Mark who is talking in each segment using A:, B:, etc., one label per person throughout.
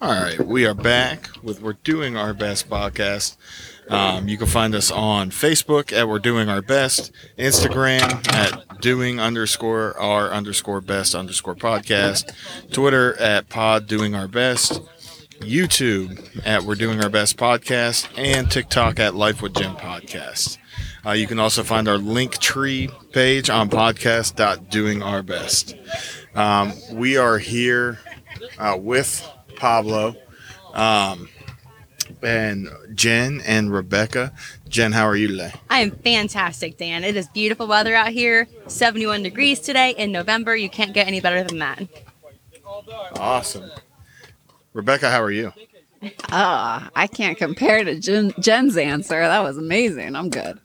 A: All right, we are back with We're Doing Our Best podcast. Um, you can find us on Facebook at We're Doing Our Best, Instagram at Doing underscore Our underscore Best underscore podcast, Twitter at Pod Doing Our Best, YouTube at We're Doing Our Best podcast, and TikTok at Life with Jim podcast. Uh, you can also find our link tree page on podcast.doingourbest. Um, we are here uh, with Pablo, um, and Jen and Rebecca. Jen, how are you today?
B: I am fantastic, Dan. It is beautiful weather out here. 71 degrees today in November. You can't get any better than that.
A: Awesome. Rebecca, how are you?
C: Ah, I can't compare to Jen, Jen's answer. That was amazing. I'm good.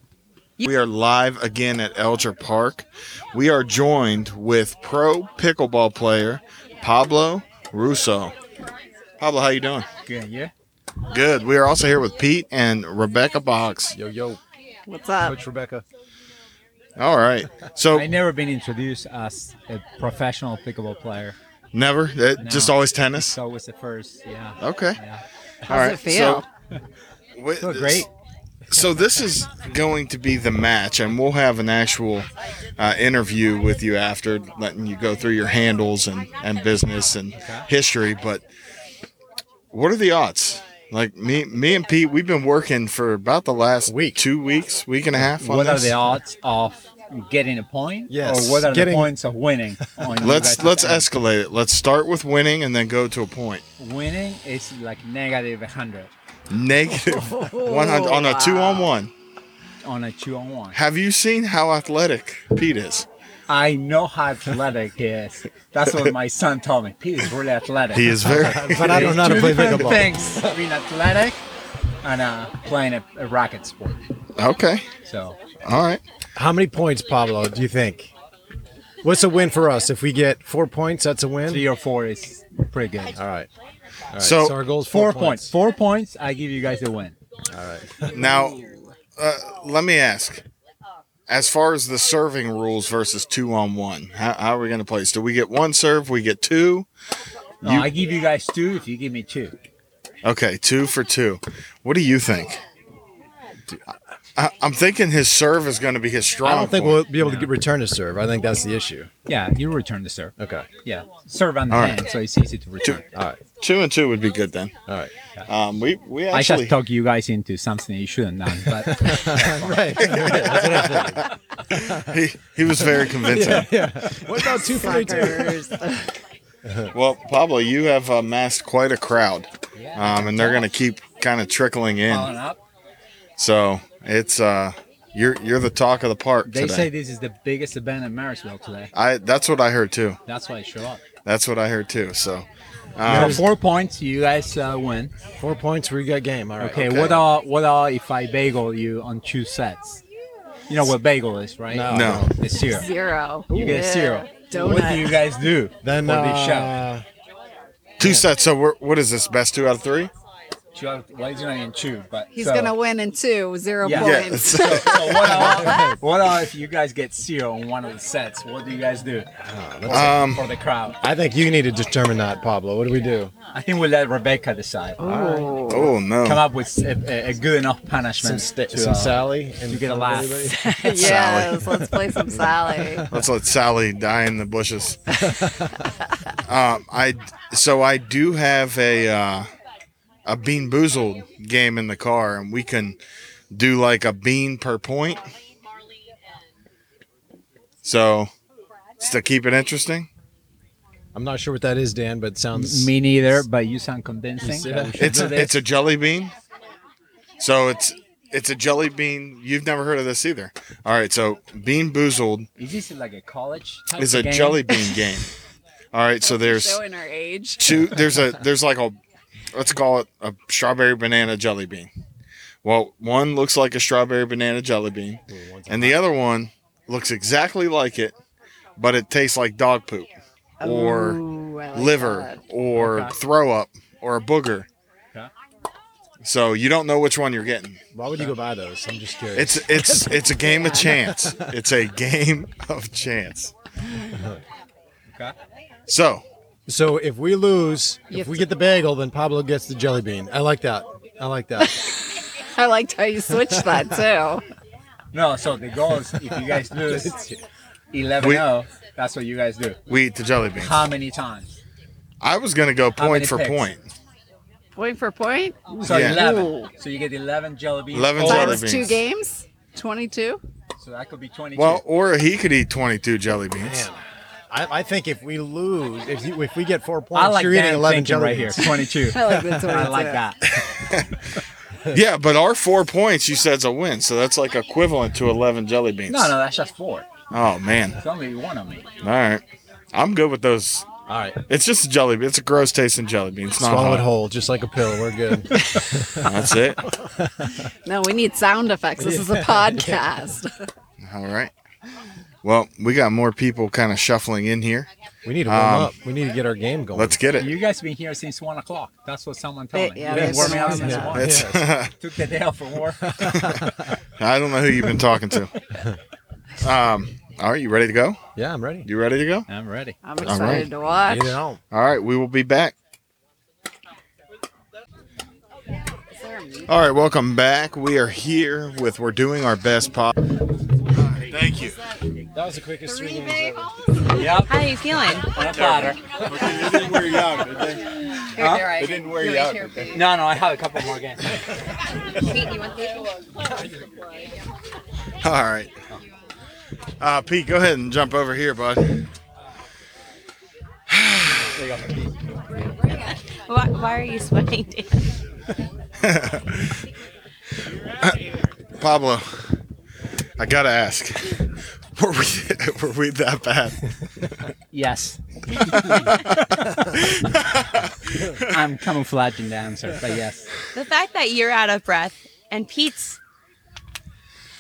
A: We are live again at Elger Park. We are joined with pro pickleball player Pablo Russo. Pablo, how you doing?
D: Good, yeah.
A: Good. We are also here with Pete and Rebecca Box.
D: Yo, yo,
C: What's up?
D: Coach Rebecca.
A: All right. So
D: I never been introduced as a professional pickleball player.
A: never, That- just
D: No.
A: always tennis.
D: So it was the first, yeah.
A: Okay.
D: Yeah.
A: All
C: How's
A: right.
C: it feel?
A: So, wi-
D: Feel great.
A: So this is going to be the match, and we'll have an actual uh, interview with you after, letting you go through your handles and, and business and history. But what are the odds? Like me, me and Pete, we've been working for about the last week, two weeks, week and a half. On
D: What are
A: this.
D: the odds of getting a point?
E: Yes,
D: Or what are
E: getting-
D: the points of winning? on you
A: Let's
D: guys'
A: let's
D: end?
A: escalate it. Let's start with winning and then go to a point.
D: Winning is like negative 100
A: Negative
D: Oh,
A: one hundred on a two on one.
D: on a two on one.
A: Have you seen how athletic Pete is?
D: I know how athletic he is. That's what my son told me. He is really athletic.
A: He is very.
E: But I don't know how to
D: Two
E: play
D: different
E: pickleball.
D: things being athletic and uh, playing a, a racket sport.
A: Okay.
D: So
A: All right.
E: How many points, Pablo, do you think? What's a win for us? If we get four points, that's a win.
D: three or four is pretty good.
E: All right. All right.
A: So-
E: our goal is
D: Four
E: four,
D: points. Four points. I give you guys a win.
A: Now, uh, let me ask. As far as the serving rules versus two on one, how, how are we going to play this? Do we get one serve? We get two?
D: No, I give you guys two if you give me two.
A: Okay, two for two. What do you think? I, I'm thinking his serve is going to be his strong.
E: I don't think
A: point.
E: we'll be able to get return to serve. I think that's the issue.
D: Yeah, you return the serve.
E: Okay.
D: Yeah, serve on the
A: All right.
D: hand, so it's easy to return.
E: All right.
A: two and two would be good then.
E: All right.
A: Um, we we
D: I
A: actually
D: just talk you guys into something you shouldn't have done, but
E: right. That's what I'm saying.
A: he, he was very convincing.
E: What about two for two?
C: Suckers.
A: Well, Pablo, you have amassed quite a crowd, um, and they're going to keep kind of trickling
D: following
A: in.
D: up,
A: So it's uh, you're you're the talk of the park.
D: they
A: today.
D: say this is the biggest event in Marysville today.
A: I that's what I heard too.
D: That's why I show up.
A: That's what I heard too. So
D: So four points, you guys uh, win.
E: Four points. We got game. All right.
D: Okay, what are what are if I bagel you on two sets? You know what bagel is, right?
E: No.
A: no,
D: it's zero.
C: Zero.
D: You get zero.
C: Donut.
D: What do you guys do?
E: Then
D: for the show?
E: uh,
A: two sets. So we're, what is this? Best two out of three?
D: Two out- Well, he's not in two, but
C: He's
D: so-
C: gonna win in two. Zero
D: Yeah.
A: Yeah.
C: points.
A: it's-
D: So what are, what are if you guys get zero on one of the sets? What do you guys do
A: um,
D: for the crowd?
E: I think you need to determine that, Pablo. What do we do?
D: I think we'll let Rebecca decide.
A: oh
D: Come
A: no,
D: up with a, a- a good enough punishment
E: Some, sta
D: to,
E: some
D: uh,
E: Sally and
D: to get a
E: lot.
D: laugh.
C: yes. Let's play some Sally.
A: let's let Sally die in the bushes. um, I so I do have a uh, a bean boozled game in the car, and we can do like a bean per point. So it's to keep it interesting.
E: I'm not sure what that is, Dan, but it sounds
D: Me neither, but you sound convincing.
E: see
D: that we
E: that?
D: should
A: It's
D: do
A: a, it's
D: this.
A: a jelly bean. So it's it's a jelly bean. You've never heard of this either. All right, so Bean Boozled
D: Is this like a college? Type
A: is
D: of
A: a
D: game?
A: jelly bean game. All right, so there's
C: Showing our age.
A: two there's a there's like a let's call it a strawberry banana jelly bean. Well, one looks like a strawberry banana jelly bean and the other one looks exactly like it, but it tastes like dog poop or
C: Ooh, I like
A: liver
C: that.
A: or
D: Okay.
A: throw up or a booger.
D: Okay.
A: So you don't know which one you're getting.
E: Why would you go buy those? I'm just curious.
A: It's it's it's a game of chance. It's a game of chance.
D: Okay.
A: So
E: So if we lose,
C: You
E: if
C: have
E: we
C: to-
E: get the bagel, then Pablo gets the jelly bean. I like that. I like that.
C: I liked how you switched that too.
D: No, so the goal is if you guys lose 11
A: We-
D: 0, oh, that's what you guys do.
A: We eat the jelly beans.
D: How many times?
A: I was gonna go
D: How many
A: point for
D: picks?
A: point.
C: Point for point.
D: So
A: Yeah.
D: 11.
C: Ooh.
D: So you get 11 jelly beans.
A: 11
D: Oh,
A: jelly
C: Times two
A: beans.
C: games. Twenty-two.
D: So that could be 22.
A: Well, or he could eat 22 jelly beans.
E: Man, I, I think if we lose, if you, if we get four points,
D: I like
E: you're eating
D: that
E: 11
D: 11
E: jelly
D: right here.
E: beans.
D: 22.
C: I like the twenty-two.
D: I like that.
A: Yeah, but our four points you said's a win, so that's like equivalent to 11 jelly beans.
D: No, no, that's just four.
A: Oh man.
D: It's only one of me.
A: All right. I'm good with those.
E: All right,
A: It's just a jelly bean. It's a gross tasting jelly bean. It's not
E: swallow it
A: hot.
E: whole, just like a pill. We're good.
A: That's it.
C: No, we need sound effects. This is a podcast.
A: All right. Well, we got more people kind of shuffling in here.
E: We need to warm
A: Um,
E: up. We need to get our game going.
A: Let's get it.
D: You guys been here since 1 o'clock. That's what someone told
C: They-
D: me.
C: yeah,
D: You've been
C: they
D: warming up
C: said
D: since
C: that.
D: 1.
A: It's,
D: Took the day off from work.
A: I don't know who you've been talking to. Um, are you ready to go?
E: Yeah, I'm ready.
A: You ready to go?
D: I'm ready.
C: I'm excited
A: right.
C: to watch.
E: Get it on.
A: All right, we will be back.
C: Is there a mute?
A: All right, welcome back. We are here with we're doing our best pop. Thank you.
E: That was the quickest three games
D: Yep.
B: How are you feeling?
D: On a platter.
C: It didn't wear you out. Pete,
D: No, no, I have a couple more games.
B: you want these?
A: All right. Uh, Pete, go ahead and jump over here, bud.
B: Why, why are you sweating, Dan?
A: Pablo, I gotta ask, were we were we that bad?
D: Yes. I'm camouflaging the answer, but yes.
B: The fact that you're out of breath and Pete's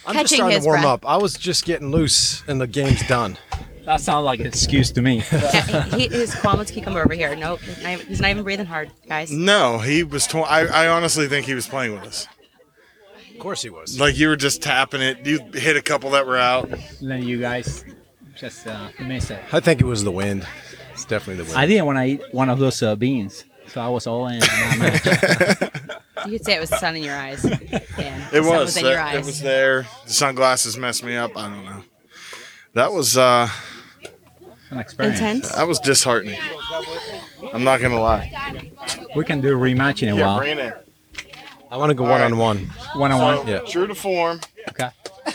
E: I'm just
B: Catching
E: trying to
B: his
E: warm
B: breath.
E: up. I was just getting loose, and the game's done.
D: That sounds like an excuse to me.
B: yeah, he, his Kwama's cucumber over here. Nope, he's not, even- he's not even breathing hard, guys.
A: No, he was. Tw- I I honestly think he was playing with us.
E: Of course he was.
A: Like you were just tapping it. You hit a couple that were out.
D: then you guys just uh, miss it.
E: I think it was the wind. It's definitely the wind.
D: I didn't want to eat one of those uh, beans, so I was all in. on that match.
B: You could say it was the sun in your eyes. Dan.
A: It
B: The sun
A: was.
B: in your
A: uh,
B: eyes.
A: It was there. The sunglasses messed me up. I don't know. That was uh
D: An experience.
B: intense.
A: that was disheartening. I'm not gonna lie.
D: We can do rematch in a
A: Yeah,
D: while.
A: bring it in.
E: I want to go
A: All
E: one
A: right.
E: on one.
D: One on
A: So,
D: one.
E: Yeah.
A: True to form,
D: Okay.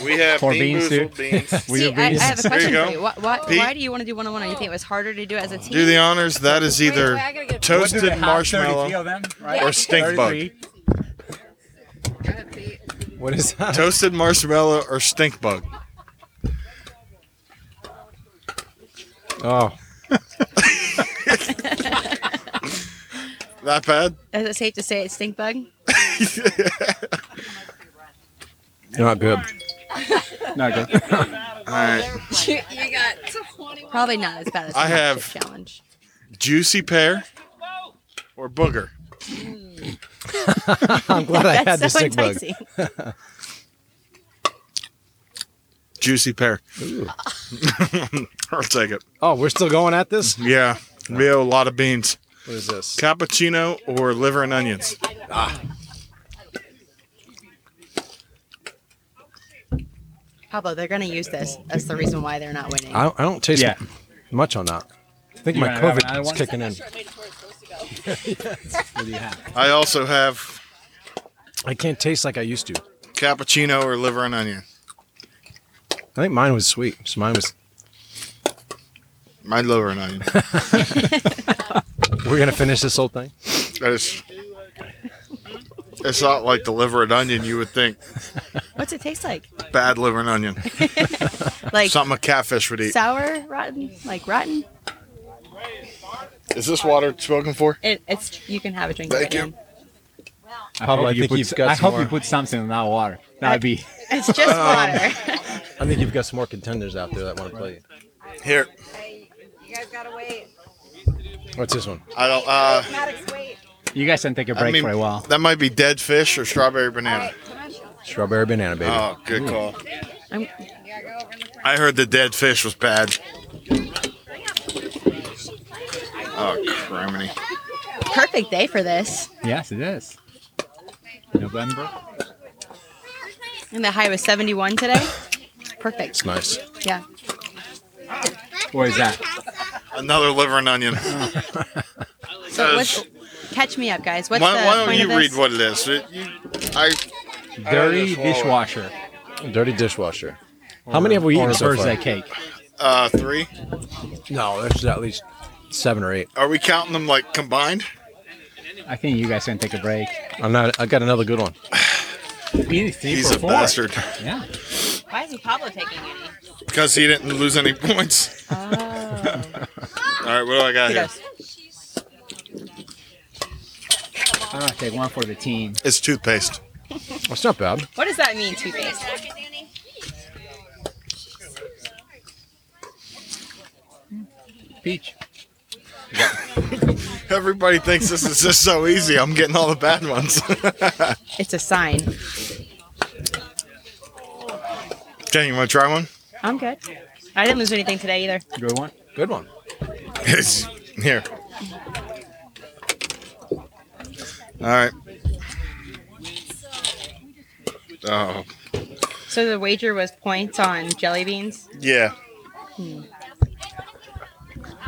A: we have
D: For
A: Dean
D: beans,
A: Boozled beans.
D: Will
B: See,
D: you
B: I, I
D: be-
B: have a
A: There you
B: question
A: go.
B: for you. Why, why,
A: Pete?
B: why do you want to do one-on-one? and You think it was harder to do it as a team?
A: Do the honors. That is either
C: wait, I gotta get-
D: What do they
A: toasted
D: have? 33
A: marshmallow
D: of them, right?
A: or stink bug.
D: 33.
C: go ahead, Pete.
E: What is that?
A: Toasted marshmallow or stink bug.
E: Oh,
A: That bad?
B: Is it safe to say it's stink bug?
E: you're not good.
D: No, good.
A: All right.
C: You, you got 21.
B: Probably not as bad as
A: I
B: the
A: have-
B: matchup challenge.
A: Juicy pear or booger.
E: I'm glad I had the
B: That's so
E: sick bug.
B: enticing.
A: Juicy pear. I'll take it.
E: Oh, we're still going at this.
A: Yeah. We owe a lot of beans.
E: What is this?
A: Cappuccino or liver and onions?
B: Pablo, they're gonna use this. That's the reason why they're not winning.
E: I don't, I don't taste
D: Yeah.
E: much on that. I think
D: You
E: my
D: wanna have
E: COVID
D: another
E: is
D: one?
E: kicking in.
D: What do you have?
A: I also have
E: I can't taste like I used to.
A: cappuccino or liver and onion.
E: I think mine was sweet. So mine was.
A: My liver and onion.
E: We're gonna finish this whole thing.
A: That is. It's not like the liver and onion you would think.
B: What's it taste like?
A: Bad liver and onion.
B: Like
A: Something a catfish would eat.
B: sour, rotten, like rotten.
A: Is this water spoken for?
B: It, it's you can have a drink.
A: Thank
B: of it,
A: you.
B: Dan.
D: I
E: Pablo,
D: hope
E: I
D: you
E: think
D: put,
E: you've got
D: I
E: some
D: hope
E: more.
D: you put something in that water. That'd be.
B: It's just
A: Um,
B: water.
E: I think you've got some more contenders out there that want to play. you.
A: Here.
C: You guys gotta wait.
E: What's this one?
A: I don't. Uh,
C: Maddox, wait.
D: You guys can take a break
A: I mean,
D: for a while.
A: that might be dead fish or strawberry banana.
E: Strawberry banana, baby.
A: Oh, good call.
B: I'm,
A: I heard the dead fish was bad. Oh, criminy.
B: Perfect day for this.
D: Yes, it is. November.
B: And the high was 71 today. Perfect.
F: It's nice.
B: Yeah.
D: Where is that?
A: Another liver and onion.
B: So what's, catch me up, guys. What's
A: Uh, why,
B: the
A: why don't
B: point
A: you
B: of this?
A: read what it is? It- you- I,
D: Dirty
F: swallow it.
D: dishwasher.
F: Dirty dishwasher.
E: How many have we
D: Or
E: eaten
D: a
E: so
D: birthday
E: far?
D: cake.
A: uh, three.
F: No, there's at least seven or eight.
A: Are we counting them like combined?
D: I think you guys can take a break.
F: I'm not. I got another good one.
D: He's,
A: He's a bastard
D: Yeah.
B: Why isn't Pablo taking any?
A: because he didn't lose any points.
B: Oh.
A: All right, what do I got
B: He
A: here?
B: goes,
D: I'm gonna take one for the team.
A: It's toothpaste.
F: That's not bad.
B: what does that mean, toothpaste?
D: Peach.
A: Everybody thinks this is just so easy. I'm getting all the bad ones.
B: It's a sign.
A: Jen, you want to try one?
B: I'm good. I didn't lose anything today either.
D: Good one.
F: Good one.
A: here. All right. Oh,
B: So the wager was points on jelly beans.
A: yeah.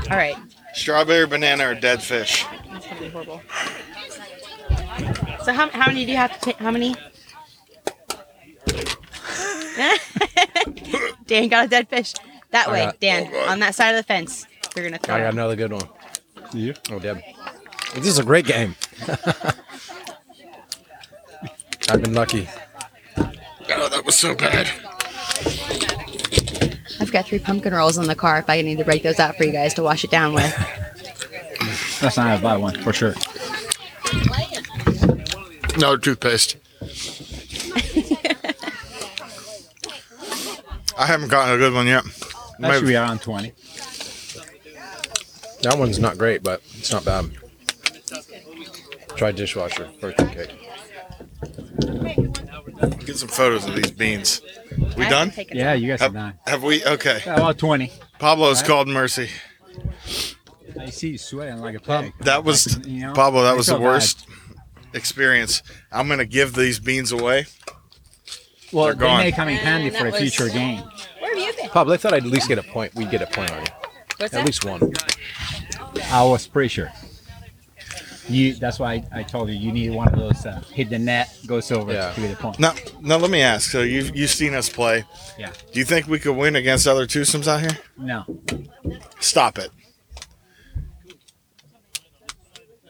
B: All right.
A: Strawberry banana or dead fish?
B: That's gonna be horrible. So how, how many do you have to take? How many? Dan got a dead fish. That
F: I
B: way,
F: got-
B: Dan, on that side of the fence. You're gonna throw.
F: I got
B: it.
F: another good one.
D: Yeah.
F: Oh, Deb.
E: This is a great game.
F: I've been lucky.
A: Oh, that was so bad.
B: I've got three pumpkin rolls in the car. If I need to break those out for you guys to wash it down with.
D: That's not a bad one for sure.
A: No toothpaste. I haven't gotten a good one yet.
D: Actually, we
A: My,
D: are on 20.
F: That one's not great, but it's not bad. Try dishwasher birthday cake.
A: get some photos of these beans. We done?
D: Yeah, you guys are
A: Have,
D: done.
A: have we? Okay.
D: Yeah, About 20.
A: Pablo's called Mercy.
D: I see you sweating like a pig.
A: That was
D: Like, you know,
A: Pablo. That
D: I
A: was the
D: feel bad.
A: worst experience. I'm gonna give these beans away.
D: Well,
A: They're
D: they
A: gone.
D: may come in handy
B: And
D: for a
B: that was-
D: future game.
B: Where have you been?
F: Pablo, I thought I'd at least get a point. We'd get a point on you.
B: What's
F: At
B: that?
F: least one.
D: I was pretty sure. You. That's why I, I told you you need one of those uh, hit the net goes over
F: Yeah.
D: to be the point.
A: Now, now let me ask. So you've you've seen us play.
D: Yeah.
A: Do you think we could win against other twosomes out here?
D: No.
A: Stop it.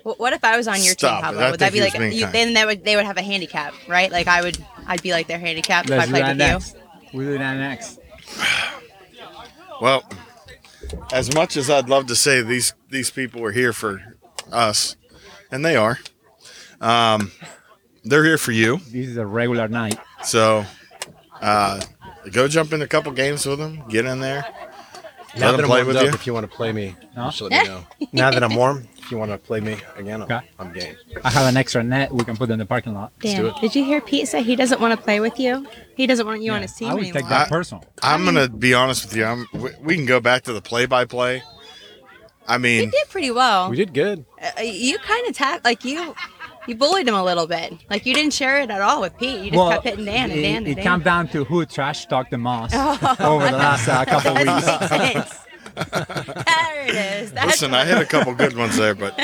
B: Wh- What if I was on your
A: Stop it.
B: team, Pablo?
A: I
B: Would
A: think
B: that be
A: he
B: like
A: was being
B: you,
A: kind.
B: then? That would they would have a handicap, right? Like I would, I'd be like their handicap if I
D: Let's do
B: played
D: that
B: with
D: next.
B: you.
D: We do that next.
A: Well, as much as I'd love to say these these people are here for us, and they are, um, they're here for you.
D: This is a regular night.
A: So, uh, go jump in a couple games with them. Get in there.
F: Now
A: Let
F: that
A: them
F: I'm
A: play
F: warmed
A: with
F: up,
A: you.
F: If you want to play me,
D: Huh?
F: just let me know.
E: Now that I'm warm,
F: If you want to play me again, I'm,
D: Okay.
F: I'm game.
D: I have an extra net we can put in the parking lot.
F: do
B: Dan,
F: it.
B: did you hear Pete say he doesn't want to play with you? He doesn't want you on
D: Yeah,
B: his team
D: I would
B: anymore.
D: take that
A: I-
D: personal.
A: I'm gonna be honest with you. I'm, we, we can go back to the play-by-play. I
B: You
A: mean,
B: did pretty well.
F: We did good.
B: Uh, you kind of tapped, like you, you bullied him a little bit. Like you didn't share it at all with Pete. You just kept hitting Dan and
D: it,
B: Dan and Oh.
D: it
B: Dan.
D: comes down to who trash talked the most over the last uh, couple weeks.
B: That's- there it is. That's
A: listen, I hit a couple good ones there, but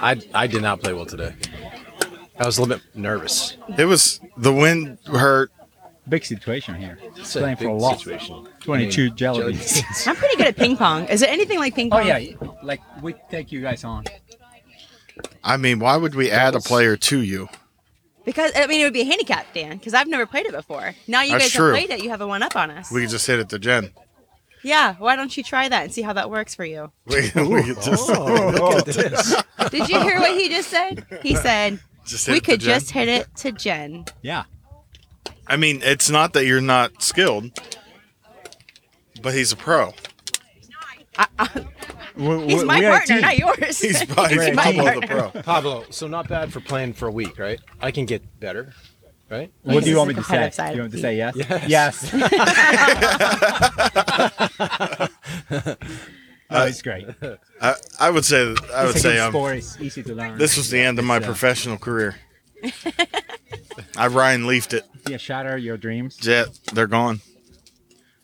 F: I, I did not play well today. I was a little bit nervous.
A: it was the wind hurt.
D: Big situation here.
F: It's
D: Playing for a
F: big
D: lot.
F: situation. I
D: 22
F: mean,
D: jelly
F: jelly
D: beans.
F: beans.
B: I'm pretty good at ping pong. Is it anything like ping
D: Oh
B: pong?
D: yeah, like we take you guys on.
A: I mean, why would we add a player to you?
B: Because I mean, it would be a handicap, Dan, because I've never played it before. Now you
A: That's
B: guys
A: true.
B: have played it. You have a one up on us.
A: We could just hit it to Jen.
B: yeah. Why don't you try that and see how that works for you?
A: We, we could just,
D: Oh.
B: Oh, Did you hear what he just said? He said
A: just hit
B: we
A: it to
B: could
A: Jen.
B: just hit it to Jen.
D: Yeah.
A: I mean, it's not that you're not skilled, but he's a pro.
B: He's my partner, not yours.
A: He's probably
D: Right.
A: double the pro.
F: Pablo, so not bad for playing for a week, right? I can get better, right?
D: What do
B: This
D: you
B: is
D: want
B: the
D: me to say?
B: competitive side
D: you want
B: of
D: me to say yes?
F: Yes.
D: Yes. No, it's great.
A: Uh, I, I would say I would
D: it's a
A: say
D: good
A: I'm,
D: sport. It's easy to learn.
A: this was the end of my
D: It's, uh,
A: professional career. I Ryan leafed it.
D: Yeah, shatter your dreams.
A: Jet, they're gone.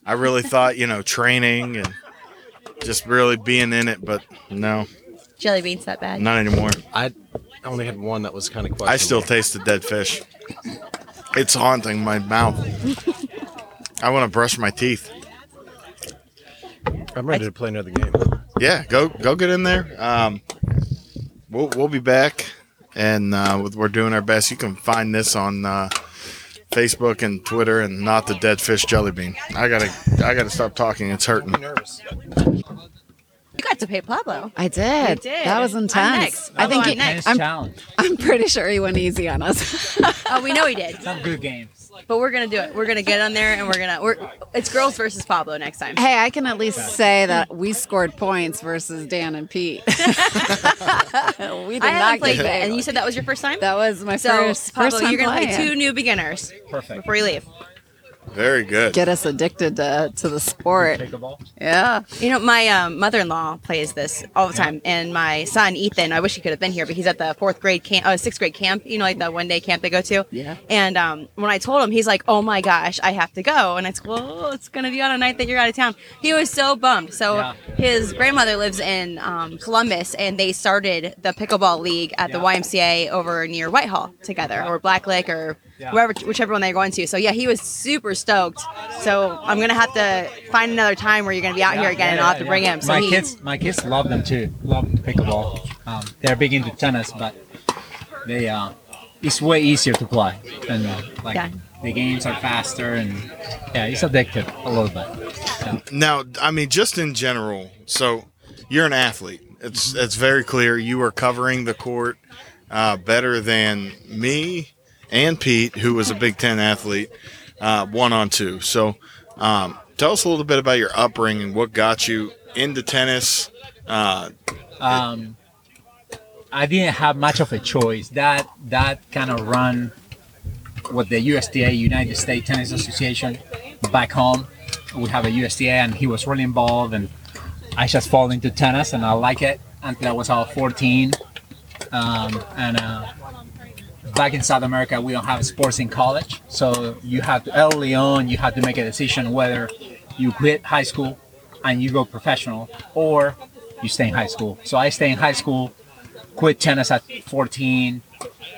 A: I really thought, you know, training and just really being in it, but no,
B: Jelly beans that bad.
A: not anymore.
F: I only had one that was kind of questionable.
A: I still taste the dead fish. It's haunting my mouth. I want to brush my teeth.
F: I'm ready to play another game.
A: Yeah, go go get in there. Um, we'll we'll be back, and uh, with- we're doing our best. You can find this on uh, Facebook and Twitter, and not the dead fish jelly bean. I gotta I gotta stop talking. It's hurting.
F: Nervous.
B: You got to pay Pablo.
C: I did.
B: You did.
C: That was
B: I'm
C: intense.
B: next.
C: I think
B: I'm
C: he,
B: next.
C: I'm,
D: challenge.
C: I'm pretty sure he went easy on us.
B: Oh, we know he did,
D: Some good games.
B: but we're gonna do it. We're gonna get on there, and we're gonna. We're it's girls versus Pablo next time.
C: hey, I can at least say that we scored points versus Dan and Pete. we did
B: I
C: not
B: haven't
C: play
B: played yet, and you said that was your first time.
C: that was my
B: so,
C: first
B: Pablo,
C: first time
B: you're gonna
C: playing.
B: play two new beginners
D: Perfect.
B: before you leave.
A: Very good.
C: Get us addicted to, to the sport.
D: Pickleball.
C: Yeah.
B: You know, my um, mother-in-law plays this all the time, and my son Ethan. I wish he could have been here, but he's at the fourth grade camp, uh, sixth grade camp. You know, like the one-day camp they go to.
C: Yeah.
B: And um, when I told him, he's like, "Oh my gosh, I have to go!" And it's well, it's gonna be on a night that you're out of town. He was so bummed. So
D: Yeah.
B: his grandmother lives in um, Columbus, and they started the pickleball league at the
D: Yeah.
B: YMCA over near Whitehall together, or Black Lake, or
D: Yeah.
B: wherever, whichever one they're going to. So yeah, he was super stoked. So I'm gonna have to find another time where you're gonna be out here
D: Yeah,
B: again, and
D: yeah,
B: I'll have to
D: yeah.
B: bring him. So
D: my
B: he,
D: kids, my kids love them too. Love pickleball. Um, they're big into tennis, but they uh, it's way easier to play, and uh, like
B: Yeah.
D: the games are faster, and yeah, it's addictive a little bit.
A: Now, I mean, just in general. So, you're an athlete. It's it's very clear you are covering the court uh, better than me and Pete, who was a Big Ten athlete, uh, one on two. So, um, tell us a little bit about your upbringing. What got you into tennis? Uh,
D: um, I didn't have much of a choice. That that kind of run with the USDA, United States Tennis Association, back home. We have a USDA, and he was really involved, and I just fall into tennis, and I like it until I was about 14. Um, and uh, back in South America, we don't have sports in college, so you have to early on you have to make a decision whether you quit high school and you go professional or you stay in high school. So I stay in high school, quit tennis at 14.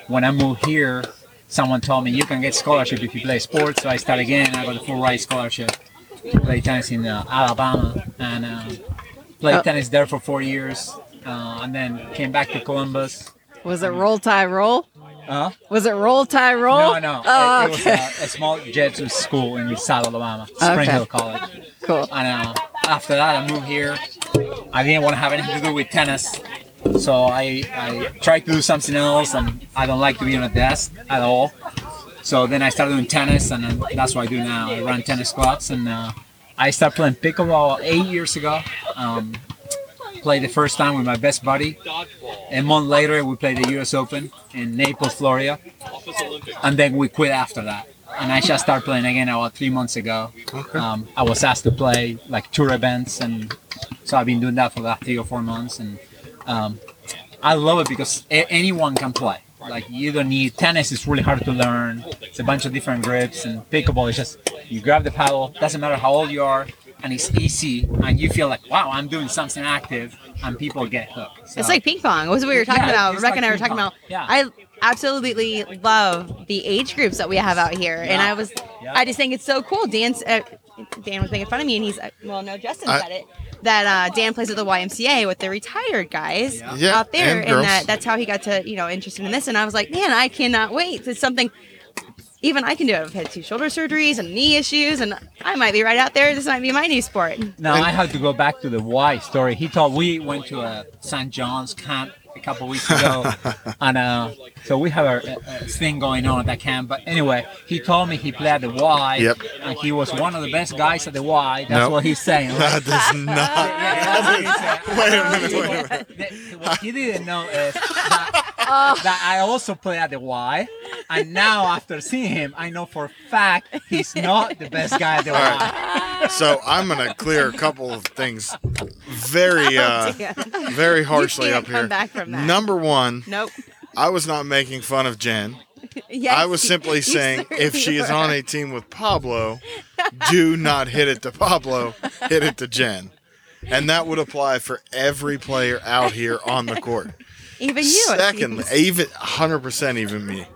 D: When I moved here, someone told me you can get scholarship if you play sports. So I start again. I got a full ride scholarship. Play tennis in uh, Alabama and uh, played
C: Oh.
D: tennis there for four years, uh, and then came back to Columbus.
C: Was it roll tie roll?
D: Huh?
C: Was it roll tie roll?
D: No, no.
C: Oh,
D: it, it was
C: okay.
D: a, a small Jesuit school in South Alabama, Spring
C: Okay.
D: Hill College.
C: cool.
D: And uh, after that, I moved here. I didn't want to have anything to do with tennis. So I, I tried to do something else, and I don't like to be on a desk at all. So then I started doing tennis, and then that's what I do now. I run tennis clubs, and uh, I started playing pickleball eight years ago. Um, played the first time with my best buddy. A month later, we played the U.S. Open in Naples, Florida, and then we quit after that. And I just started playing again about three months ago. Um, I was asked to play like tour events, and so I've been doing that for the last three or four months. And um, I love it because a- anyone can play. Like you don't need tennis; is really hard to learn. It's a bunch of different grips, and pickleball is just you grab the paddle. Doesn't matter how old you are, and it's easy, and you feel like wow, I'm doing something active, and people get hooked. So-
B: It's like ping pong. It was what we were talking
D: Yeah,
B: about.
D: it's
B: Rebecca
D: like
B: and I were
D: ping
B: talking
D: pong.
B: about.
D: Yeah.
B: I absolutely love the age groups that we have out here, and
D: Yeah.
B: I was,
D: Yeah.
B: I just think it's so cool. Dan's, uh, Dan was making fun of me, and he's, uh, well, no, Justin
A: I-
B: said it. That uh, Dan plays at the YMCA with the retired guys
A: Yeah,
B: out there,
A: and
B: and,
A: girls.
B: that, that's how he got to you know interested in this. And I was like, man, I cannot wait. It's something even I can do. it. I've had two shoulder surgeries and knee issues, and I might be right out there. This might be my new sport.
D: No, I had to go back to the why story. He told we went to a St. John's camp a couple weeks ago, and uh, so we have a, a, a thing going on at that camp. But anyway, he told me he played at the Y,
A: Yep.
D: and he was one of the best guys at the Y. That's
A: Nope.
D: what he's saying. right?
A: that does not.
D: Yeah, that's what he's saying.
A: Wait a minute. Wait a minute.
D: The- what he didn't know is that, that I also play at the Y, and now after seeing him, I know for a fact he's not the best guy at the Y.
A: So I'm gonna clear a couple of things very uh,
B: Dan.
A: very harshly
B: Oh, can't
A: up here.
B: come back from that.
A: Number one,
B: Nope.
A: I was not making fun of Jen.
B: Yes,
A: I was simply
B: you
A: saying if she
B: certainly
A: is on
B: were.
A: a team with Pablo, do not hit it to Pablo, hit it to Jen. And that would apply for every player out here on the court.
B: even you. it
A: Secondly,
B: seems.
A: even 100% even me.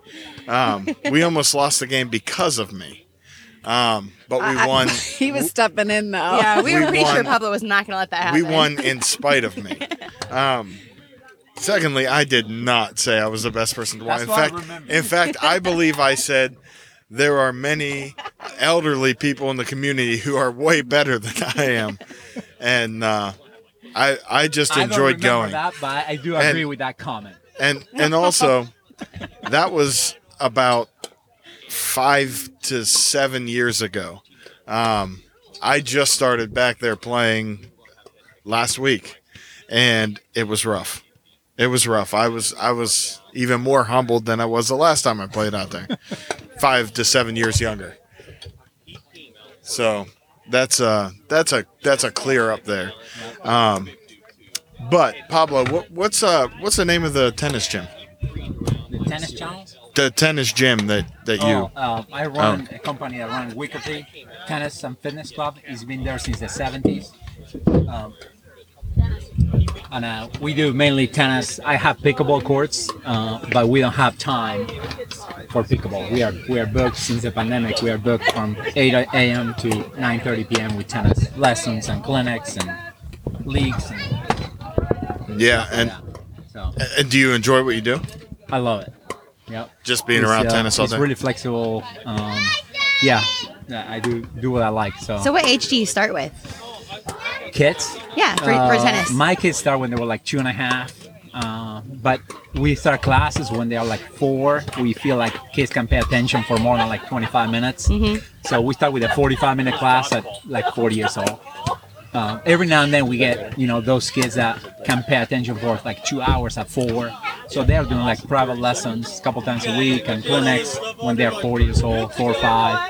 A: Um, we almost lost the game because of me. Um, but we won.
C: he was stepping in though.
B: yeah, we,
A: we
B: were pretty sure
A: won.
B: Pablo was not going to let that
A: We
B: happen.
A: won in spite of me. Um, secondly, I did not say I was the best person to watch. In
D: That's what I
A: fact,
D: remember.
A: in fact, I believe I said there are many elderly people in the community who are way better than I am, and uh, I I just
D: I don't
A: enjoyed
D: remember
A: going.
D: that, but I do
A: And-
D: agree with that comment.
A: And and also, that was about five to seven years ago. Um, I just started back there playing last week, and it was rough. It was rough. I was I was even more humbled than I was the last time I played out there, five to seven years younger. So that's a that's a that's a clear up there. Um, but Pablo, what, what's uh what's the name of the tennis gym?
D: The tennis channel.
A: The tennis gym that that you.
D: Oh, um, I run a company that runs Wickerty Tennis and Fitness Club. It's been there since the 70s. Um, and uh, we do mainly tennis. I have pickleball courts, uh, but we don't have time for pickleball. We are we are booked since the pandemic. We are booked from 8 a.m. to 9:30 p.m. with tennis lessons and clinics and leagues. And,
A: Yeah, and
D: yeah. So
A: and do you enjoy what you do?
D: I love it. Yep.
A: Just being
D: It's,
A: around
D: uh,
A: tennis all
D: it's
A: day.
D: really flexible. Um, yeah, yeah, I do do what I like. So,
B: So what age do you start with?
D: kids
B: Yeah, for, for
D: uh,
B: tennis.
D: My kids start when they were like two and a half, uh, but we start classes when they are like four. We feel like kids can pay attention for more than like 25 minutes.
B: Mm-hmm.
D: So we start with a 45 minute class at like 40 years old. Uh, every now and then we get you know those kids that can pay attention for like two hours at four. So they are doing like private lessons a couple times a week and clinics when they are 40 years old, four or five.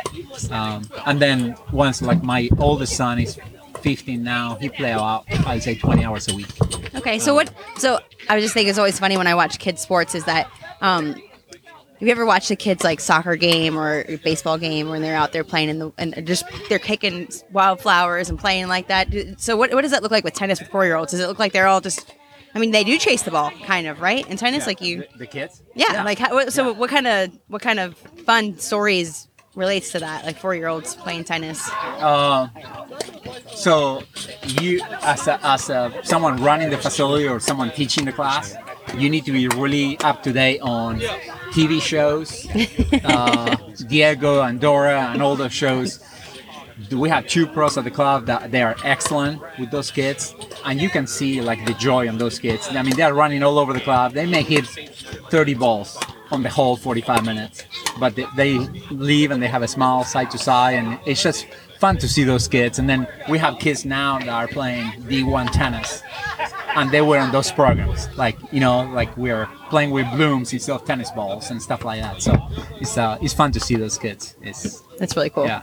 D: Um, and then once like my oldest son is 15 now, he play about I say 20 hours a week.
B: Okay, so what? So I just think it's always funny when I watch kids sports is that. Um, have you ever watched the kids like soccer game or baseball game when they're out there playing in the and just they're kicking wildflowers and playing like that? Do- So what, what does that look like with tennis with four year olds? Does it look like they're all just? I mean, they do chase the ball, kind of, right? In tennis, like you,
D: the, the kids.
B: yeah, like how, what- so. What kind of what kind of fun stories relates to that? Like four year olds playing tennis.
D: Uh, so you as a, as a, someone running the facility or someone teaching the class, you need to be really up to date on TV shows, uh, Diego and Dora and all those shows. We have two pros at the club that they are excellent with those kids, and you can see like the joy on those kids. I mean, they're running all over the club. They may hit 30 balls on the whole 45 minutes, but they, they leave and they have a smile side to side, and it's just fun to see those kids. And then we have kids now that are playing D1 tennis, and they were on those programs, like you know, like we are playing with blooms instead of tennis balls and stuff like that. So it's uh, it's fun to see those kids. It's
B: That's really cool.
D: yeah.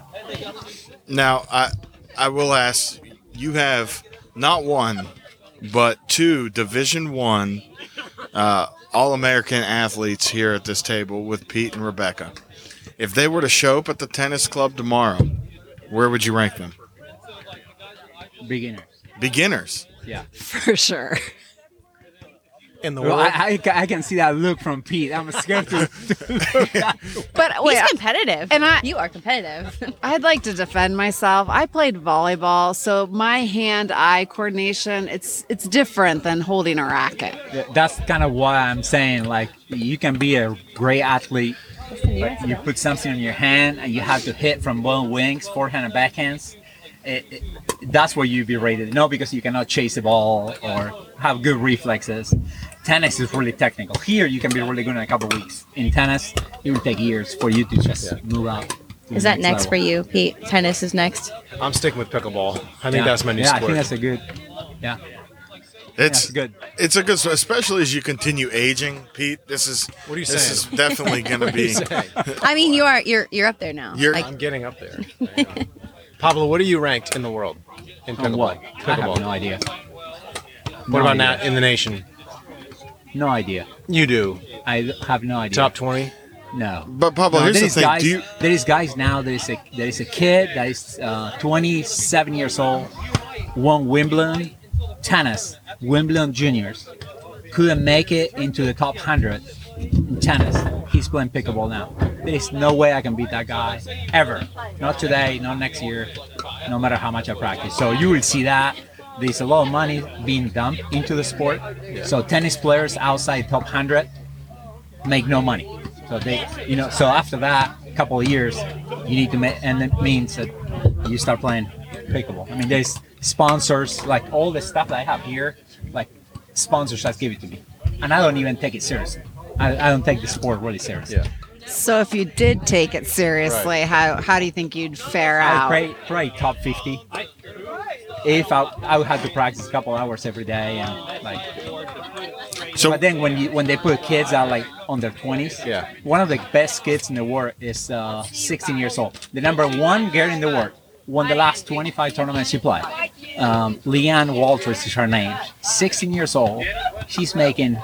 A: Now, I I will ask. You have not one, but two Division One uh, All American athletes here at this table with Pete and Rebecca. If they were to show up at the tennis club tomorrow, where would you rank them?
D: beginners.
A: Beginners.
D: Yeah.
C: for sure.
E: In the
D: Well, I, I, ca- I can see that look from Pete. I'm scared to.
C: But wait,
B: He's competitive,
C: and I-
B: you are competitive.
C: I'd like to defend myself. I played volleyball, so my hand-eye coordination it's it's different than holding a racket.
D: That's kind of why I'm saying like you can be a great athlete. But you put something in your hand and you have to hit from both wings, forehand and backhands. It, it, that's where you be rated. No, because you cannot chase the ball or have good reflexes. Tennis is really technical. Here, you can be really good in a couple of weeks. In tennis, it will take years for you to just move up. to the
B: Is that next
D: level.
B: for you, Pete? Tennis is next.
F: I'm sticking with pickleball. I think
D: Yeah.
F: that's my new
D: Yeah, I
F: sport.
D: think that's a good. Yeah,
A: It's
D: that's good.
A: It's a good, especially as you continue aging, Pete. This is
E: What are you
A: this
E: saying?
A: is definitely going to be.
E: Hey,
B: I mean, you are you're you're up there now.
A: You're-
B: like,
E: I'm getting up there. Pablo, what are you ranked in the world in
D: On
E: pickleball?
D: Oh, what? I
E: Pickleball.
D: have no idea.
E: what
D: no
E: about
D: idea.
E: now in the nation?
D: No idea.
E: You do
D: I have no idea.
E: top twenty.
D: No.
A: But Pablo,
D: No,
A: here's
D: there
A: the
D: is
A: thing.
D: guys,
A: Do you,
D: there is guys now. There is a there is a kid that is uh, 27 years old, won Wimbledon tennis, Wimbledon juniors, couldn't make it into the top 100 in tennis. He's playing pickleball now. There is no way I can beat that guy ever. Not today. Not next year. No matter how much I practice. So you will see that. There's a lot of money being dumped into the sport. So tennis players outside top 100 make no money. So they, you know, so after that couple of years, you need to make, and it means that you start playing pickleball. I mean, there's sponsors, like all the stuff that I have here, like sponsors just give it to me, and I don't even take it seriously. I, I don't take the sport really seriously.
E: Yeah.
C: So if you did take it seriously, how how do you think you'd fare
D: I
C: out?
D: pray, pray top 50. If I, I would have to practice a couple hours every day, and like,
A: so
D: but then when you when they put kids out like on their 20s
E: Yeah.
D: one of the best kids in the world is uh, 16 years old the number one girl in the world won the last 25 tournaments she played um, leanne walters is her name 16 years old she's making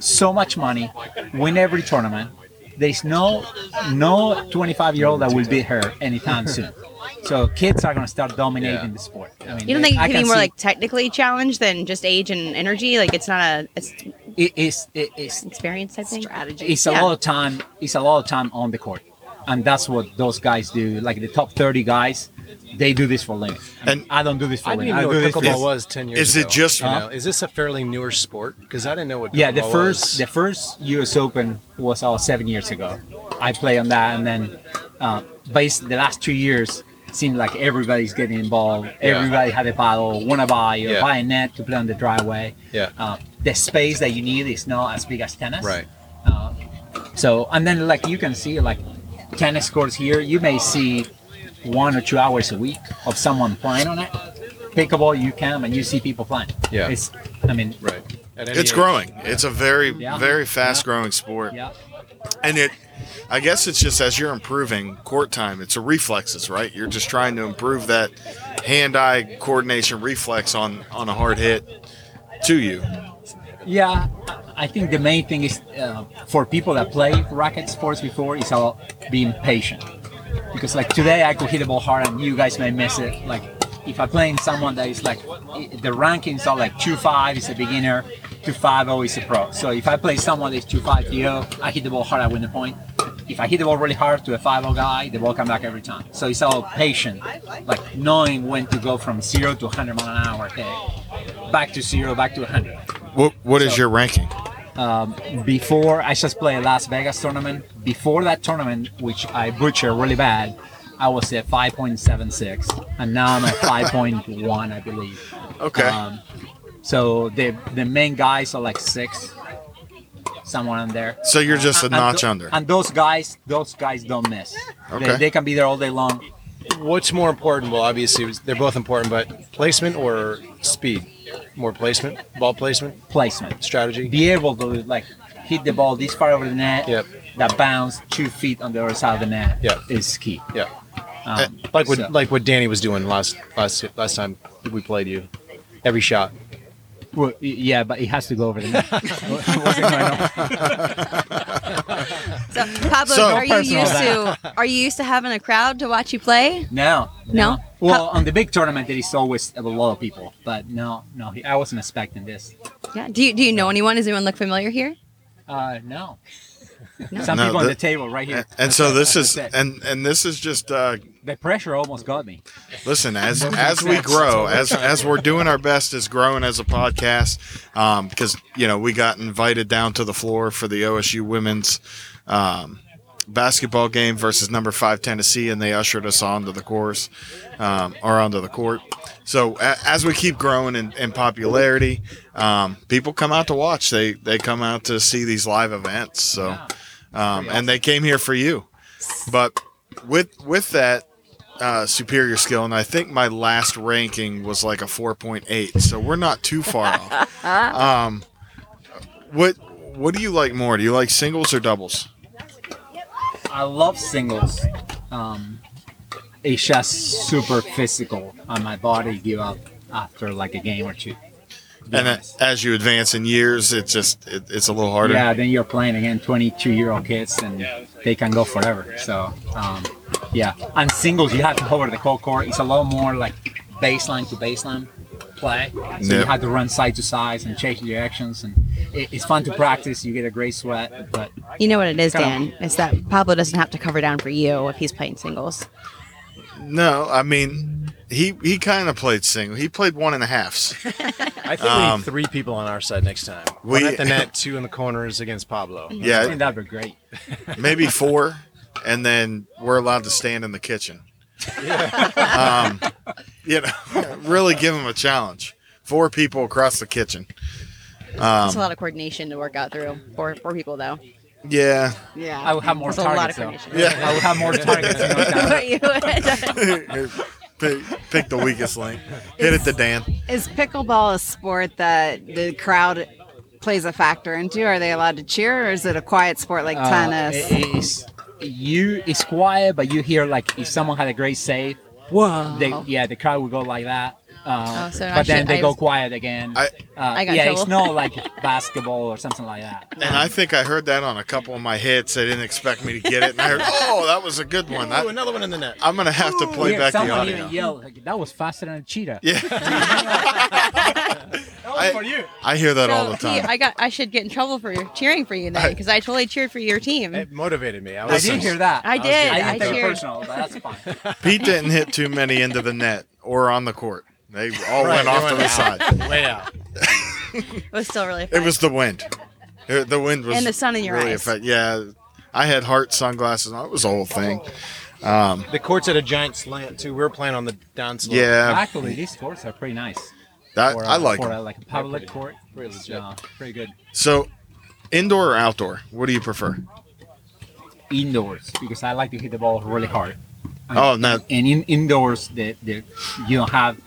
D: so much money win every tournament there's no no 25 year old that will beat her anytime soon so kids are going to start dominating the sport I mean,
B: You don't think it
D: I
B: could be more
D: see-
B: like technically challenged than just age and energy? Like it's not a it's
D: it is it is
B: experience type thing.
C: strategy.
D: it's a lot of time it's a lot of time on the court and that's what those guys do like the top 30 guys they do this for a living
A: And-
D: and i don't do this for a
E: I didn't
D: living
E: even know
D: do
E: what
D: this for-
E: pickleball was ten years
A: is
E: ago.
A: it just-
E: you know? is this a fairly newer sport? Because I didn't know what.
D: Uh-huh. yeah the
E: pickleball
D: first
E: was.
D: the first us open was all seven years ago i play on that and then uh based the last two years seemed like everybody's getting involved everybody had a paddle want to buy or
E: Yeah.
D: buy a net to play on the driveway
E: Yeah.
D: uh, the space that you need is not as big as tennis
E: right.
D: So and then like you can see like tennis courts here, you may see one or two hours a week of someone playing on it. Pickleball, you come and you see people playing.
E: Yeah.
D: it's I mean,
E: Right. At any
A: it's
E: age.
A: growing. It's a very,
D: Yeah.
A: very fast growing sport.
D: yeah,
A: And it, I guess it's just as you're improving court time, it's a reflexes, right? You're just trying to improve that hand-eye coordination reflex on on a hard hit to you.
D: yeah. I think the main thing is uh, for people that play racket sports before is all being patient because like today I could hit the ball hard and you guys may miss it. Like if I'm playing someone that is like the rankings are like two five is a beginner, two five oh is a pro. So if I play someone that's two five zero, I hit the ball hard, I win the point. If I hit the ball really hard to a 5-0 guy, the ball come back every time. So it's all patient, like knowing when to go from zero to 100 mile an hour, okay, back to zero, back to 100
A: What What is your ranking?
D: before I just played Las Vegas tournament. Before that tournament, which I butchered really bad, I was at 5.76, and now I'm at 5.1, I believe.
A: Okay,
D: Um, so the the main guys are like six, somewhere in there.
A: so you're just a
D: And tho-
A: notch under.
D: And those guys, those guys don't miss.
A: Okay.
D: They, they can be there all day long.
E: What's more important? Well, obviously it's- they're both important, but placement or speed? More placement, ball placement,
D: Placement.
E: strategy.
D: be able to like hit the ball this far over the net.
E: Yep.
D: That bounce two feet on the other side of the net
E: Yep.
D: is key.
E: Yeah,
D: Um,
E: like what
D: so-
E: like what Danny was doing last last last time we played you. Every shot.
D: Well, y- yeah, but it has to go over the net.
B: So Pablo,
A: So-
B: are you
D: Personal
B: used to are you used to having a crowd to watch you play?
D: no,
B: No?
D: Well,
B: How-
D: on the big tournament, there is always a lot of people, but no, no, I wasn't expecting this.
B: Yeah. Do you do you know anyone? Does anyone look familiar here?
D: Uh, no. Some
A: No,
D: people on
A: the-
D: the table right here.
A: and so this is
D: That's it.
A: and and this is just uh,
D: the pressure almost got me.
A: Listen, as as we grow, as as we're doing our best as growing as a podcast, because you know we got invited down to the floor for the OSU women's um, basketball game versus number five Tennessee, and they ushered us onto the course um, or onto the court. So a, as we keep growing in, in popularity, um, people come out to watch. They they come out to see these live events. So, um, and they came here for you, but with with that uh, superior skill, and I think my last ranking was like a 4.8. So we're not too far off. Um, what what do you like more? Do you like singles or doubles?
D: I love singles. Um, it's just super physical, and my body give up after like a game or two. to be
A: And a-
D: honest.
A: as you advance in years, it's just it, it's a little harder.
D: Yeah, then you're playing against 22 year old kids and they can go forever. So, um, yeah. And singles, you have to cover the cold court. It's a lot more like baseline to baseline play. So you
A: Yep.
D: have to run side to side and change directions. And it, it's fun to practice. You get a great sweat. But
B: You know what it is,
D: Come
B: Dan?
D: on.
B: It's that Pablo doesn't have to cover down for you if he's playing singles.
A: No, I mean, he he kind of played single. He played one and a halfs.
E: I think we
A: Um,
E: need three people on our side next time.
A: we-
E: One at the net, two in the corners against Pablo.
D: I
A: Yeah,
D: think that'd be great.
A: maybe four, and then we're allowed to stand in the kitchen. Yeah. um, you know, really give him a challenge. Four people across the kitchen.
B: It's a lot of coordination to work out through for four people, though.
A: Yeah,
C: Yeah.
D: I would have more
B: It's a lot of
D: targets, though.
B: coordination.
A: yeah.
D: I would have more targets. you know, than-
A: pick, pick the weakest link. Hit it to Dan.
C: Is pickleball a sport that the crowd plays a factor into? Are they allowed to cheer, or is it a quiet sport like
D: Uh,
C: tennis?
D: it- it's, you it's quiet, but you hear like if someone had a great save, whoa, they, yeah, the crowd would go like that. Uh,
B: Oh, so I
D: but then
B: should-
D: they
B: I
D: go
B: was-
D: quiet again.
A: I-
D: uh,
B: I got in
D: yeah,
B: trouble.
D: it's not like basketball or something like that.
A: And I think I heard that on a couple of my hits. They didn't expect me to get it. And I heard, oh, that was a good one.
E: Oh,
A: I,
E: another one in the net.
A: I'm going to have to play
D: yeah,
A: back the
D: someone
A: audio.
D: even yelled like, "That was faster than a cheetah."
A: Yeah. I,
D: for you.
A: I hear that all
B: So,
A: the
B: he-
A: time.
B: I got. I should get in trouble for cheering for you then, because I totally cheered for your team.
E: It motivated me. I
D: I
E: was
A: Listen.
D: did hear that.
B: I did.
D: I
B: I,
D: didn't take it
B: cheered.
D: personal, but that's fine.
A: Pete didn't hit too many into the net or on the court. They all
E: Right,
A: went
E: they
A: off to
E: went
A: the
E: out.
A: side.
E: way out.
B: It was still really. Fun.
A: It was the wind. Uh, The wind was
B: And the sun in your
A: really
B: eyes.
A: affect- yeah, I had heart sunglasses on. It was the whole thing.
E: The courts had a giant slant too. We were playing on the down slope.
A: Yeah,
D: Actually, these courts are pretty nice.
A: that,
D: for,
A: I
D: uh,
A: like
D: for uh,
A: them.
D: like a public court.
E: pretty
D: It's,
E: legit.
D: uh, pretty good.
A: So, indoor or outdoor? What do you prefer?
D: indoors because I like to hit the ball really hard. And-
A: Oh, no.
D: And in indoors, the, the you don't have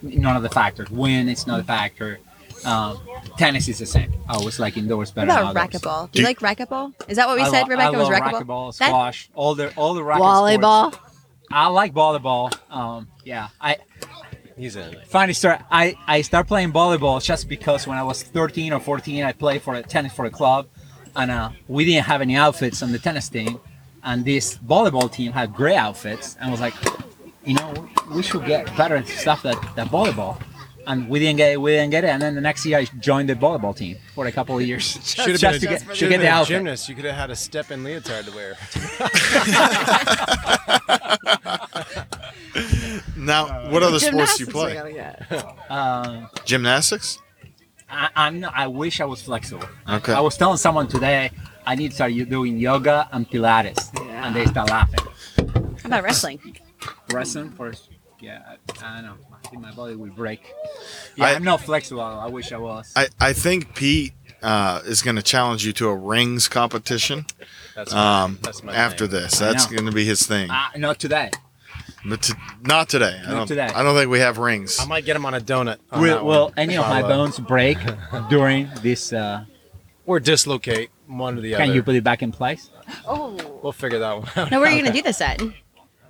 D: none of the factors. Wind, it's not a factor. Um, tennis is the same. I always like indoors
B: What
D: better.
B: about
D: than outdoors.
B: racquetball? Do you
A: Do-
B: like racquetball? Is that what we
D: I
B: said,
D: lo-
B: Rebecca?
D: I
B: was
D: love
B: racquetball?
D: racquetball,
B: That-
D: squash, all the all the racket
C: Volleyball.
D: sports. I like volleyball. Um, yeah, I
E: he's in. it.
D: Funny story. I I started playing volleyball just because when I was 13 or 14, I played for a tennis for a club, and uh, we didn't have any outfits on the tennis team, and this volleyball team had gray outfits, and I was like, you know, we should get better stuff that that volleyball, and we didn't get it, we didn't get it, and then the next year I joined the volleyball team for a couple of years
E: Should have
D: just
E: been,
D: to
E: a,
D: get, to get the
E: should have been a
D: outfit.
E: gymnast. You could have had a step in leotard to wear.
A: Now, what other sports do you
C: Gymnastics I
A: play?
C: gotta get.
D: Um,
A: Gymnastics?
D: I, I'm not, I wish I was flexible.
A: Okay.
D: I was telling someone today I need to start doing yoga and Pilates, and they start laughing.
B: How about wrestling?
D: wrestling first. Yeah, I, I don't know. I think my body will break. Yeah,
A: I-
D: I, am not flexible. I wish I was.
A: I, I think Pete uh, is going to challenge you to a rings competition
E: That's my,
A: um,
E: that's my
A: after
E: thing.
A: this.
D: I
A: That's
D: know.
A: going to be his thing.
D: uh, not today.
A: But to, not today. I
D: Not
A: don't,
D: today.
A: I don't think we have rings.
E: I might get him on a donut. on
D: Will,
E: that one.
D: will any of
A: uh,
D: my
E: Follow.
D: bones break during this? Uh,
E: or dislocate one or the other?
D: can you put it back in place?
E: We'll figure that one out.
B: No, where are you gonna do this at?
E: I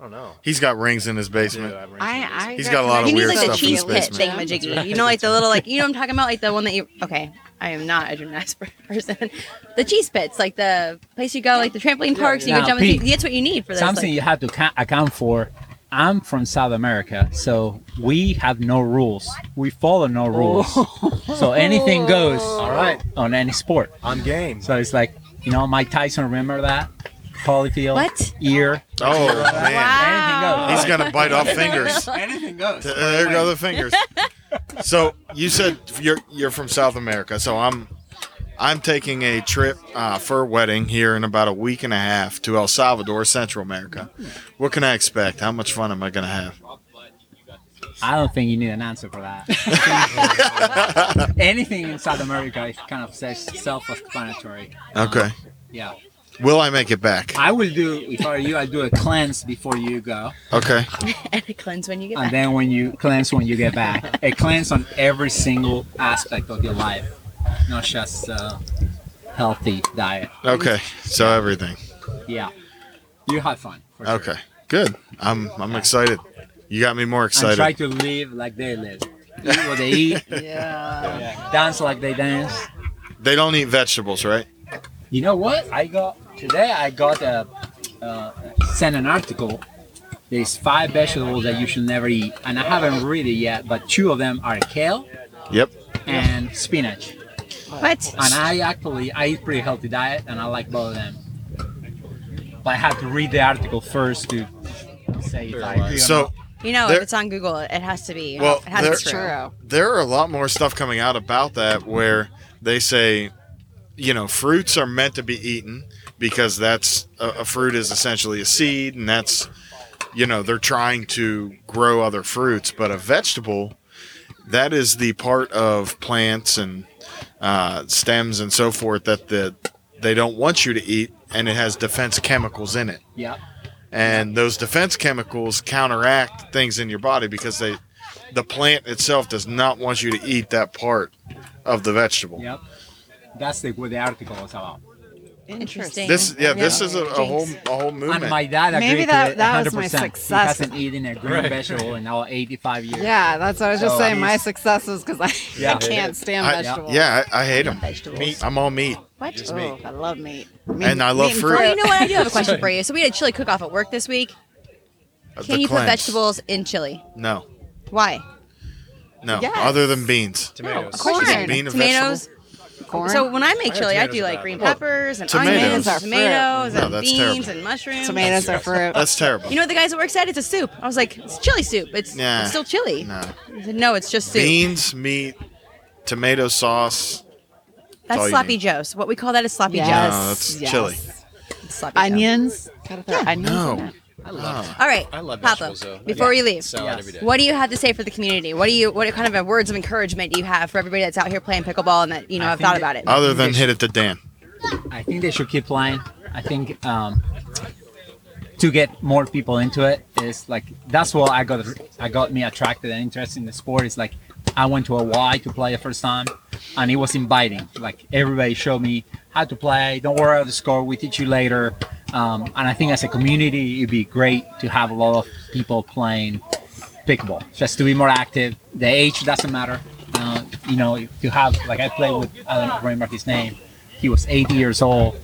E: don't know.
A: He's got rings in his basement.
E: Dude, I've raised this.
C: I, I
A: He's got a lot of
B: you need
A: weird
B: like the
A: stuff in
B: cheese
A: his
B: pit
A: basement.
B: thingamajiggy. You know, like the little like you know what I'm talking about, like the one that you. Okay, I am not a gymnast person. The cheese pits, like the place you go, like the trampoline parks,
D: yeah.
B: you can
D: Now,
B: jump.
D: Pete,
B: in. That's what you need for this.
D: Something you have to ca- account for. I'm from South America, so we have no rules. We follow no rules. so anything goes. All
E: right.
D: On any sport.
E: I'm game.
D: So it's like, you know, Mike Tyson. Remember that? Holyfield.
B: What?
D: Ear.
A: Oh, man.
D: Anything goes.
A: He's going to bite off fingers.
D: anything goes.
A: Uh, There go the fingers. So you said you're you're from South America. So I'm I'm taking a trip uh, for a wedding here in about a week and a half to El Salvador, Central America. What can I expect? How much fun am I going to have?
D: I don't think you need an answer for that. Anything in South America is kind of self-explanatory.
A: Okay.
D: Yeah,
A: Will I make it back?
D: I will do. If I were you, I'll do a cleanse before you go,
A: Okay.
B: and a cleanse when you get
D: and
B: back.
D: then when you cleanse when you get back, a cleanse on every single aspect of your life, not just uh, healthy diet.
A: Okay. So everything.
D: Yeah, you have fun. For sure.
A: Okay. Good. I'm I'm excited. You got me more
D: and
A: excited.
D: try to live like they live. Eat what they eat,
C: Yeah.
D: dance like they dance.
A: they don't eat vegetables, right?
D: You know what? I got today. I got a uh, sent an article. There's five vegetables that you should never eat, and I haven't read it yet. But two of them are kale
A: Yep.
D: and spinach.
B: What?
D: And I actually I eat pretty healthy diet, and I like both of them. But I had to read the article first to say if I agree or
A: So
B: You know,
A: There-
B: if it's on Google, it has to be.
A: Well,
B: it has
A: there-
B: to be true.
C: True.
A: there are a lot more stuff coming out about that where they say, you know, fruits are meant to be eaten because that's a, a fruit is essentially a seed and that's, you know, they're trying to grow other fruits. But a vegetable, that is the part of plants and uh, stems and so forth that the, they don't want you to eat and it has defense chemicals in it
D: not. Yeah.
A: and those defense chemicals counteract things in your body because they the plant itself does not want you to eat that part of the vegetable
D: Yep. That's the, what the article was about.
B: Interesting.
A: this yeah this
B: Yeah.
A: is a, a whole a whole
D: And my
A: movement
D: dad agreed
C: Maybe
D: to
C: that-
D: it
C: that
D: 100%.
C: was my
D: He
C: success.
D: hasn't eaten a green vegetable in our 85 years.
C: Yeah, that's what I was just
D: So,
C: saying. My
D: he's-
C: success was because I,
D: Yeah.
C: I can't stand
A: I-
C: vegetables.
A: yeah I, I hate them
B: Vegetables.
A: i'm all meat
C: What?
E: Just
C: Oh,
E: me.
C: I love meat. meat
A: And I love
C: meat and
A: fruit.
B: Oh, you know what? I do have a question for you. So we had a chili cook-off at work this week.
A: The
B: Can you put
A: cleanse.
B: vegetables in chili?
A: no
B: Why?
A: no
C: Yes.
A: other than beans
E: Tomatoes.
C: course.
A: Is bean a
B: tomatoes.
C: Corn.
B: So when I make
E: I
B: chili,
E: had
B: I
E: tomatoes
B: do
E: in
B: like
E: mine.
B: green
E: Well,
B: peppers and
A: tomatoes
B: onions,
C: are
B: and
C: fruit.
B: tomatoes,
A: No,
B: and
A: that's
B: beans
A: terrible.
B: and mushrooms.
C: tomatoes are fruit.
A: that's terrible
B: You know what the guys that works at? It's a soup. I was like, it's chili soup. It's,
A: Nah.
B: it's still chili.
A: No.
B: He said, no, it's just soup.
A: beans meat tomato sauce all
B: that's
A: you
B: sloppy
A: need.
B: joe's. What we call that is sloppy
C: Yes.
A: no that's
C: yes.
A: chili
B: joe's. It's sloppy Joe.
C: Onions. Gotta throw onions in
A: no
C: it.
A: No.
B: All right,
E: I love
B: Papa.
E: vegetables though.
B: Before we leave,
E: Salad
D: Yes.
E: every day.
B: What do you have to say for the community? What do you what kind of words of encouragement do you have for everybody that's out here playing pickleball and that you know
D: I
B: have
D: think
B: thought
D: that-
B: about it?
A: other than hit it to dan
D: I think they should keep playing. I think um, to get more people into it is like that's what I got. I got me attracted and interested in the sport. Is like I went to Hawaii to play the first time, and it was inviting. Like everybody showed me how to play. Don't worry about the score. We teach you later. Um, and I think as a community, it'd be great to have a lot of people playing pickable just to be more active the age doesn't matter uh, you know to have like i played with i don't remember his name he was 80 years old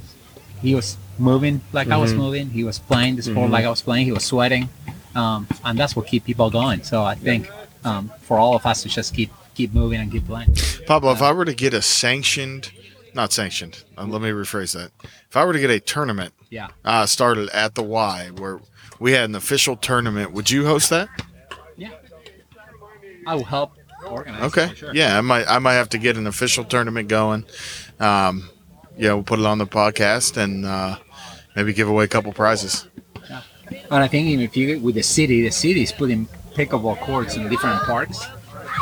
D: he was moving like i
A: Mm-hmm.
D: was moving he was playing the sport like i was playing he was sweating um, and that's what keep people going so i think um, for all of us to just keep keep moving and keep playing
A: Pablo, if I were to get a sanctioned, not sanctioned, uh, let me rephrase that. If I were to get a tournament
D: yeah
A: uh, started at the Y where we had an official tournament, would you host that?
D: yeah i will help organize
A: Okay.
D: for sure.
A: Yeah, I might. I might have to get an official tournament going. Um, yeah, we'll put it on the podcast and uh, maybe give away a couple prizes.
D: And I think even if you with the city, the city is putting pickleball courts in different parks.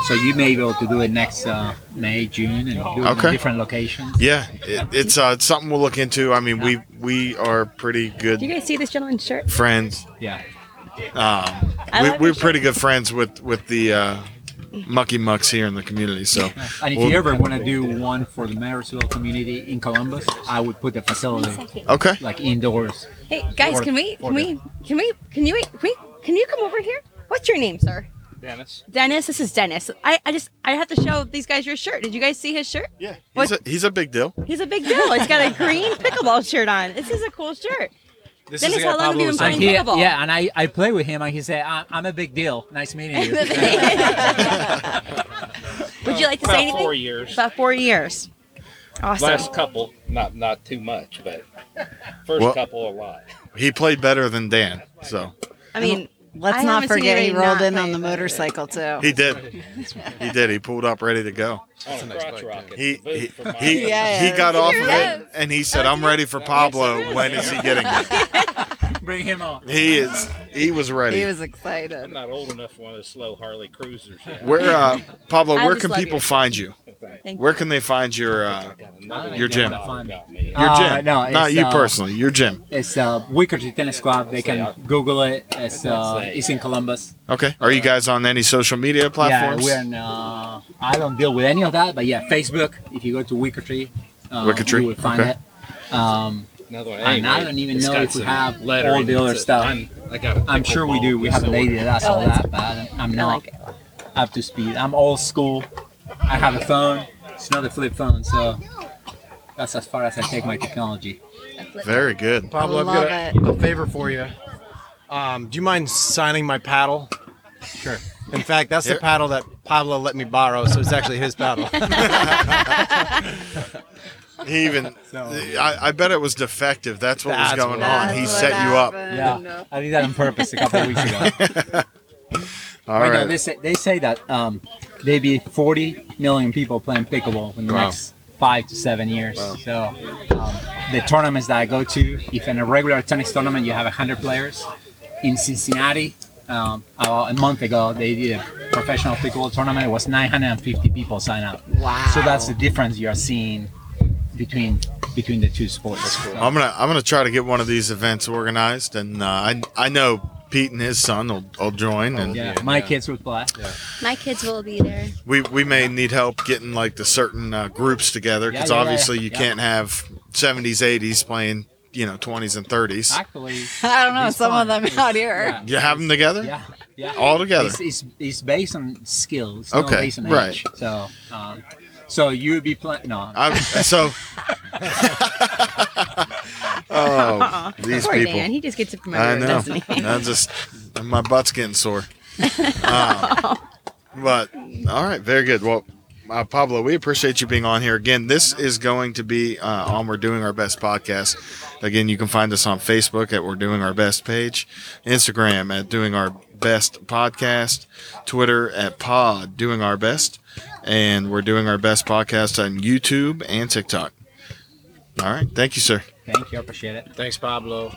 D: So you may be able to do it next uh, May, June, and do it
A: Okay.
D: in different locations.
A: Yeah, it, it's uh, it's something we'll look into. I mean, we we are pretty
B: Do
A: good
B: you guys see this gentleman's shirt?
A: friends.
D: Yeah.
A: Um,
B: I
A: we,
B: love
A: we're
B: your
A: pretty good friends with with the uh, mucky mucks here in the community. So.
D: And if
A: Well-
D: you ever want to do one for the Marysville community in Columbus, I would put the facility
A: Okay.
D: like indoors.
B: Hey guys,
D: Order-
B: can we can
D: order.
B: we can we can you wait, can we can you come over here? What's your name, sir?
E: Dennis.
B: Dennis. This is Dennis. I, I just I have to show these guys your shirt. Did you guys see his shirt?
A: Yeah,
B: What-
A: he's a, he's a big deal.
B: He's a big deal. He's got a green pickleball shirt on. This is a cool shirt.
E: This
B: Dennis,
E: is the guy
B: how long have you
E: Pablo was
B: been
E: talking
B: playing
E: about.
D: And he,
B: pickleball.
D: yeah, and I, I play with him, and he said, "I- I'm a big deal. Nice meeting you.
B: Would you like to say
G: About
B: anything?
G: four years.
B: About four years. Awesome.
G: Last couple, not not too much, but first
A: Well-
G: couple a lot.
A: He played better than Dan, so
B: I mean,
C: Let's
B: I
C: not
B: haven't seen
C: forget he
B: anybody
C: rolled
B: not
C: in
B: play
C: on the
B: it.
C: motorcycle too.
A: he did. He did. He pulled up ready to go.
G: That's a
E: nice
G: crotch
E: bike,
G: rocket.
A: He
G: Boot
A: he,
G: for my-
A: he, he
C: Yes.
A: got off of
B: Yes.
A: it and he said, "I'm ready for Pablo. When is he getting it?"
D: Bring him on."
A: He is. He was ready.
C: He was
G: I'm
C: excited.
G: not old enough for one of the slow Harley Cruisers yet.
A: where uh, Pablo?
B: I
A: Where
B: just
A: can
B: love
A: people
B: you.
A: find you?
B: Thank
A: Where can they find your uh, Your gym. your
D: Uh,
A: gym?
D: no,
A: not
D: it's,
A: you
D: uh,
A: personally. Your gym.
D: It's uh, Wickerton Tennis Club. They can Google it. It's, uh, it's in Columbus.
A: Okay. Are you guys on any social media platforms?
D: Yeah, we're in, uh, I don't deal with any of that, but yeah, Facebook. If you go to Wicker Tree, uh,
A: Wicker Tree,
D: you will find
A: okay.
D: it. Um,
G: Another one.
D: And I
G: Anyway,
D: don't even
G: it's
D: know
G: got
D: if we
G: some
D: have
G: lettering
D: all the other
G: that's-
D: stuff.
G: I'm, I got a
D: I'm sure we do. We have a
G: pickleball
D: lady that does all
B: that's-
D: that, but I don't- I'm
B: I
D: not
B: like it.
D: up to speed. I'm old school. I have a phone. It's not a flip phone, so that's as far as I take my technology.
A: Very good.
E: Pablo, I've
C: Love
E: got a, a favor for you. Um, do you mind signing my paddle? Sure. In fact, that's
A: Here.
E: the paddle that Pablo let me borrow, so it's actually his paddle.
A: He even, I, I bet it was defective. That's what
E: That's
A: was going
E: what-
A: on. Oh, He set you up.
D: Yeah, I did that on purpose a couple of weeks ago.
A: All
D: Right now, they
A: right.
D: say, they say that um, they be 40 million people playing pickleball in the
E: Wow.
D: next five to seven years. So um, the tournaments that I go to, if in a regular tennis tournament you have 100 players, in Cincinnati um, about a month ago they did a professional pickleball tournament. It was 950 people sign up.
C: Wow.
D: So that's the difference you're seeing between between the two sports. So-
A: I'm gonna I'm gonna try to get one of these events organized, and uh, I I know Pete and his son will, will join, and
D: yeah, my kids would play.
B: My kids will be there.
A: we we may need help getting like the certain uh, groups together because
D: Yeah, yeah, yeah,
A: obviously you
D: yeah.
A: can't have 70s 80s playing you know 20s and 30s.
D: Actually,
C: I don't know.
D: it's
C: Some
D: fun.
C: of them
D: It's-
C: out here.
D: yeah.
A: You have them together.
D: Yeah, yeah.
A: All together.
D: It's, it's, it's based on skills.
A: Okay,
D: Not based on
A: right.
D: Age. So, um, so you would be playing. No,
A: I'm, so. oh, these
B: Poor
A: people.
B: Dan. He just gets it from
A: I
B: everywhere,
A: know.
B: doesn't he?
A: I just my butt's getting sore. Um, but all right, very good. Well, uh, Pablo, we appreciate you being on here again. This is going to be uh, on. We're doing our best podcast. Again, you can find us on Facebook at We're Doing Our Best page, Instagram at Doing Our Best podcast, Twitter at Pod Doing Our Best, and We're Doing Our Best podcast on YouTube and TikTok. All right, thank you, sir.
D: thank you. I appreciate it.
E: Thanks, Pablo.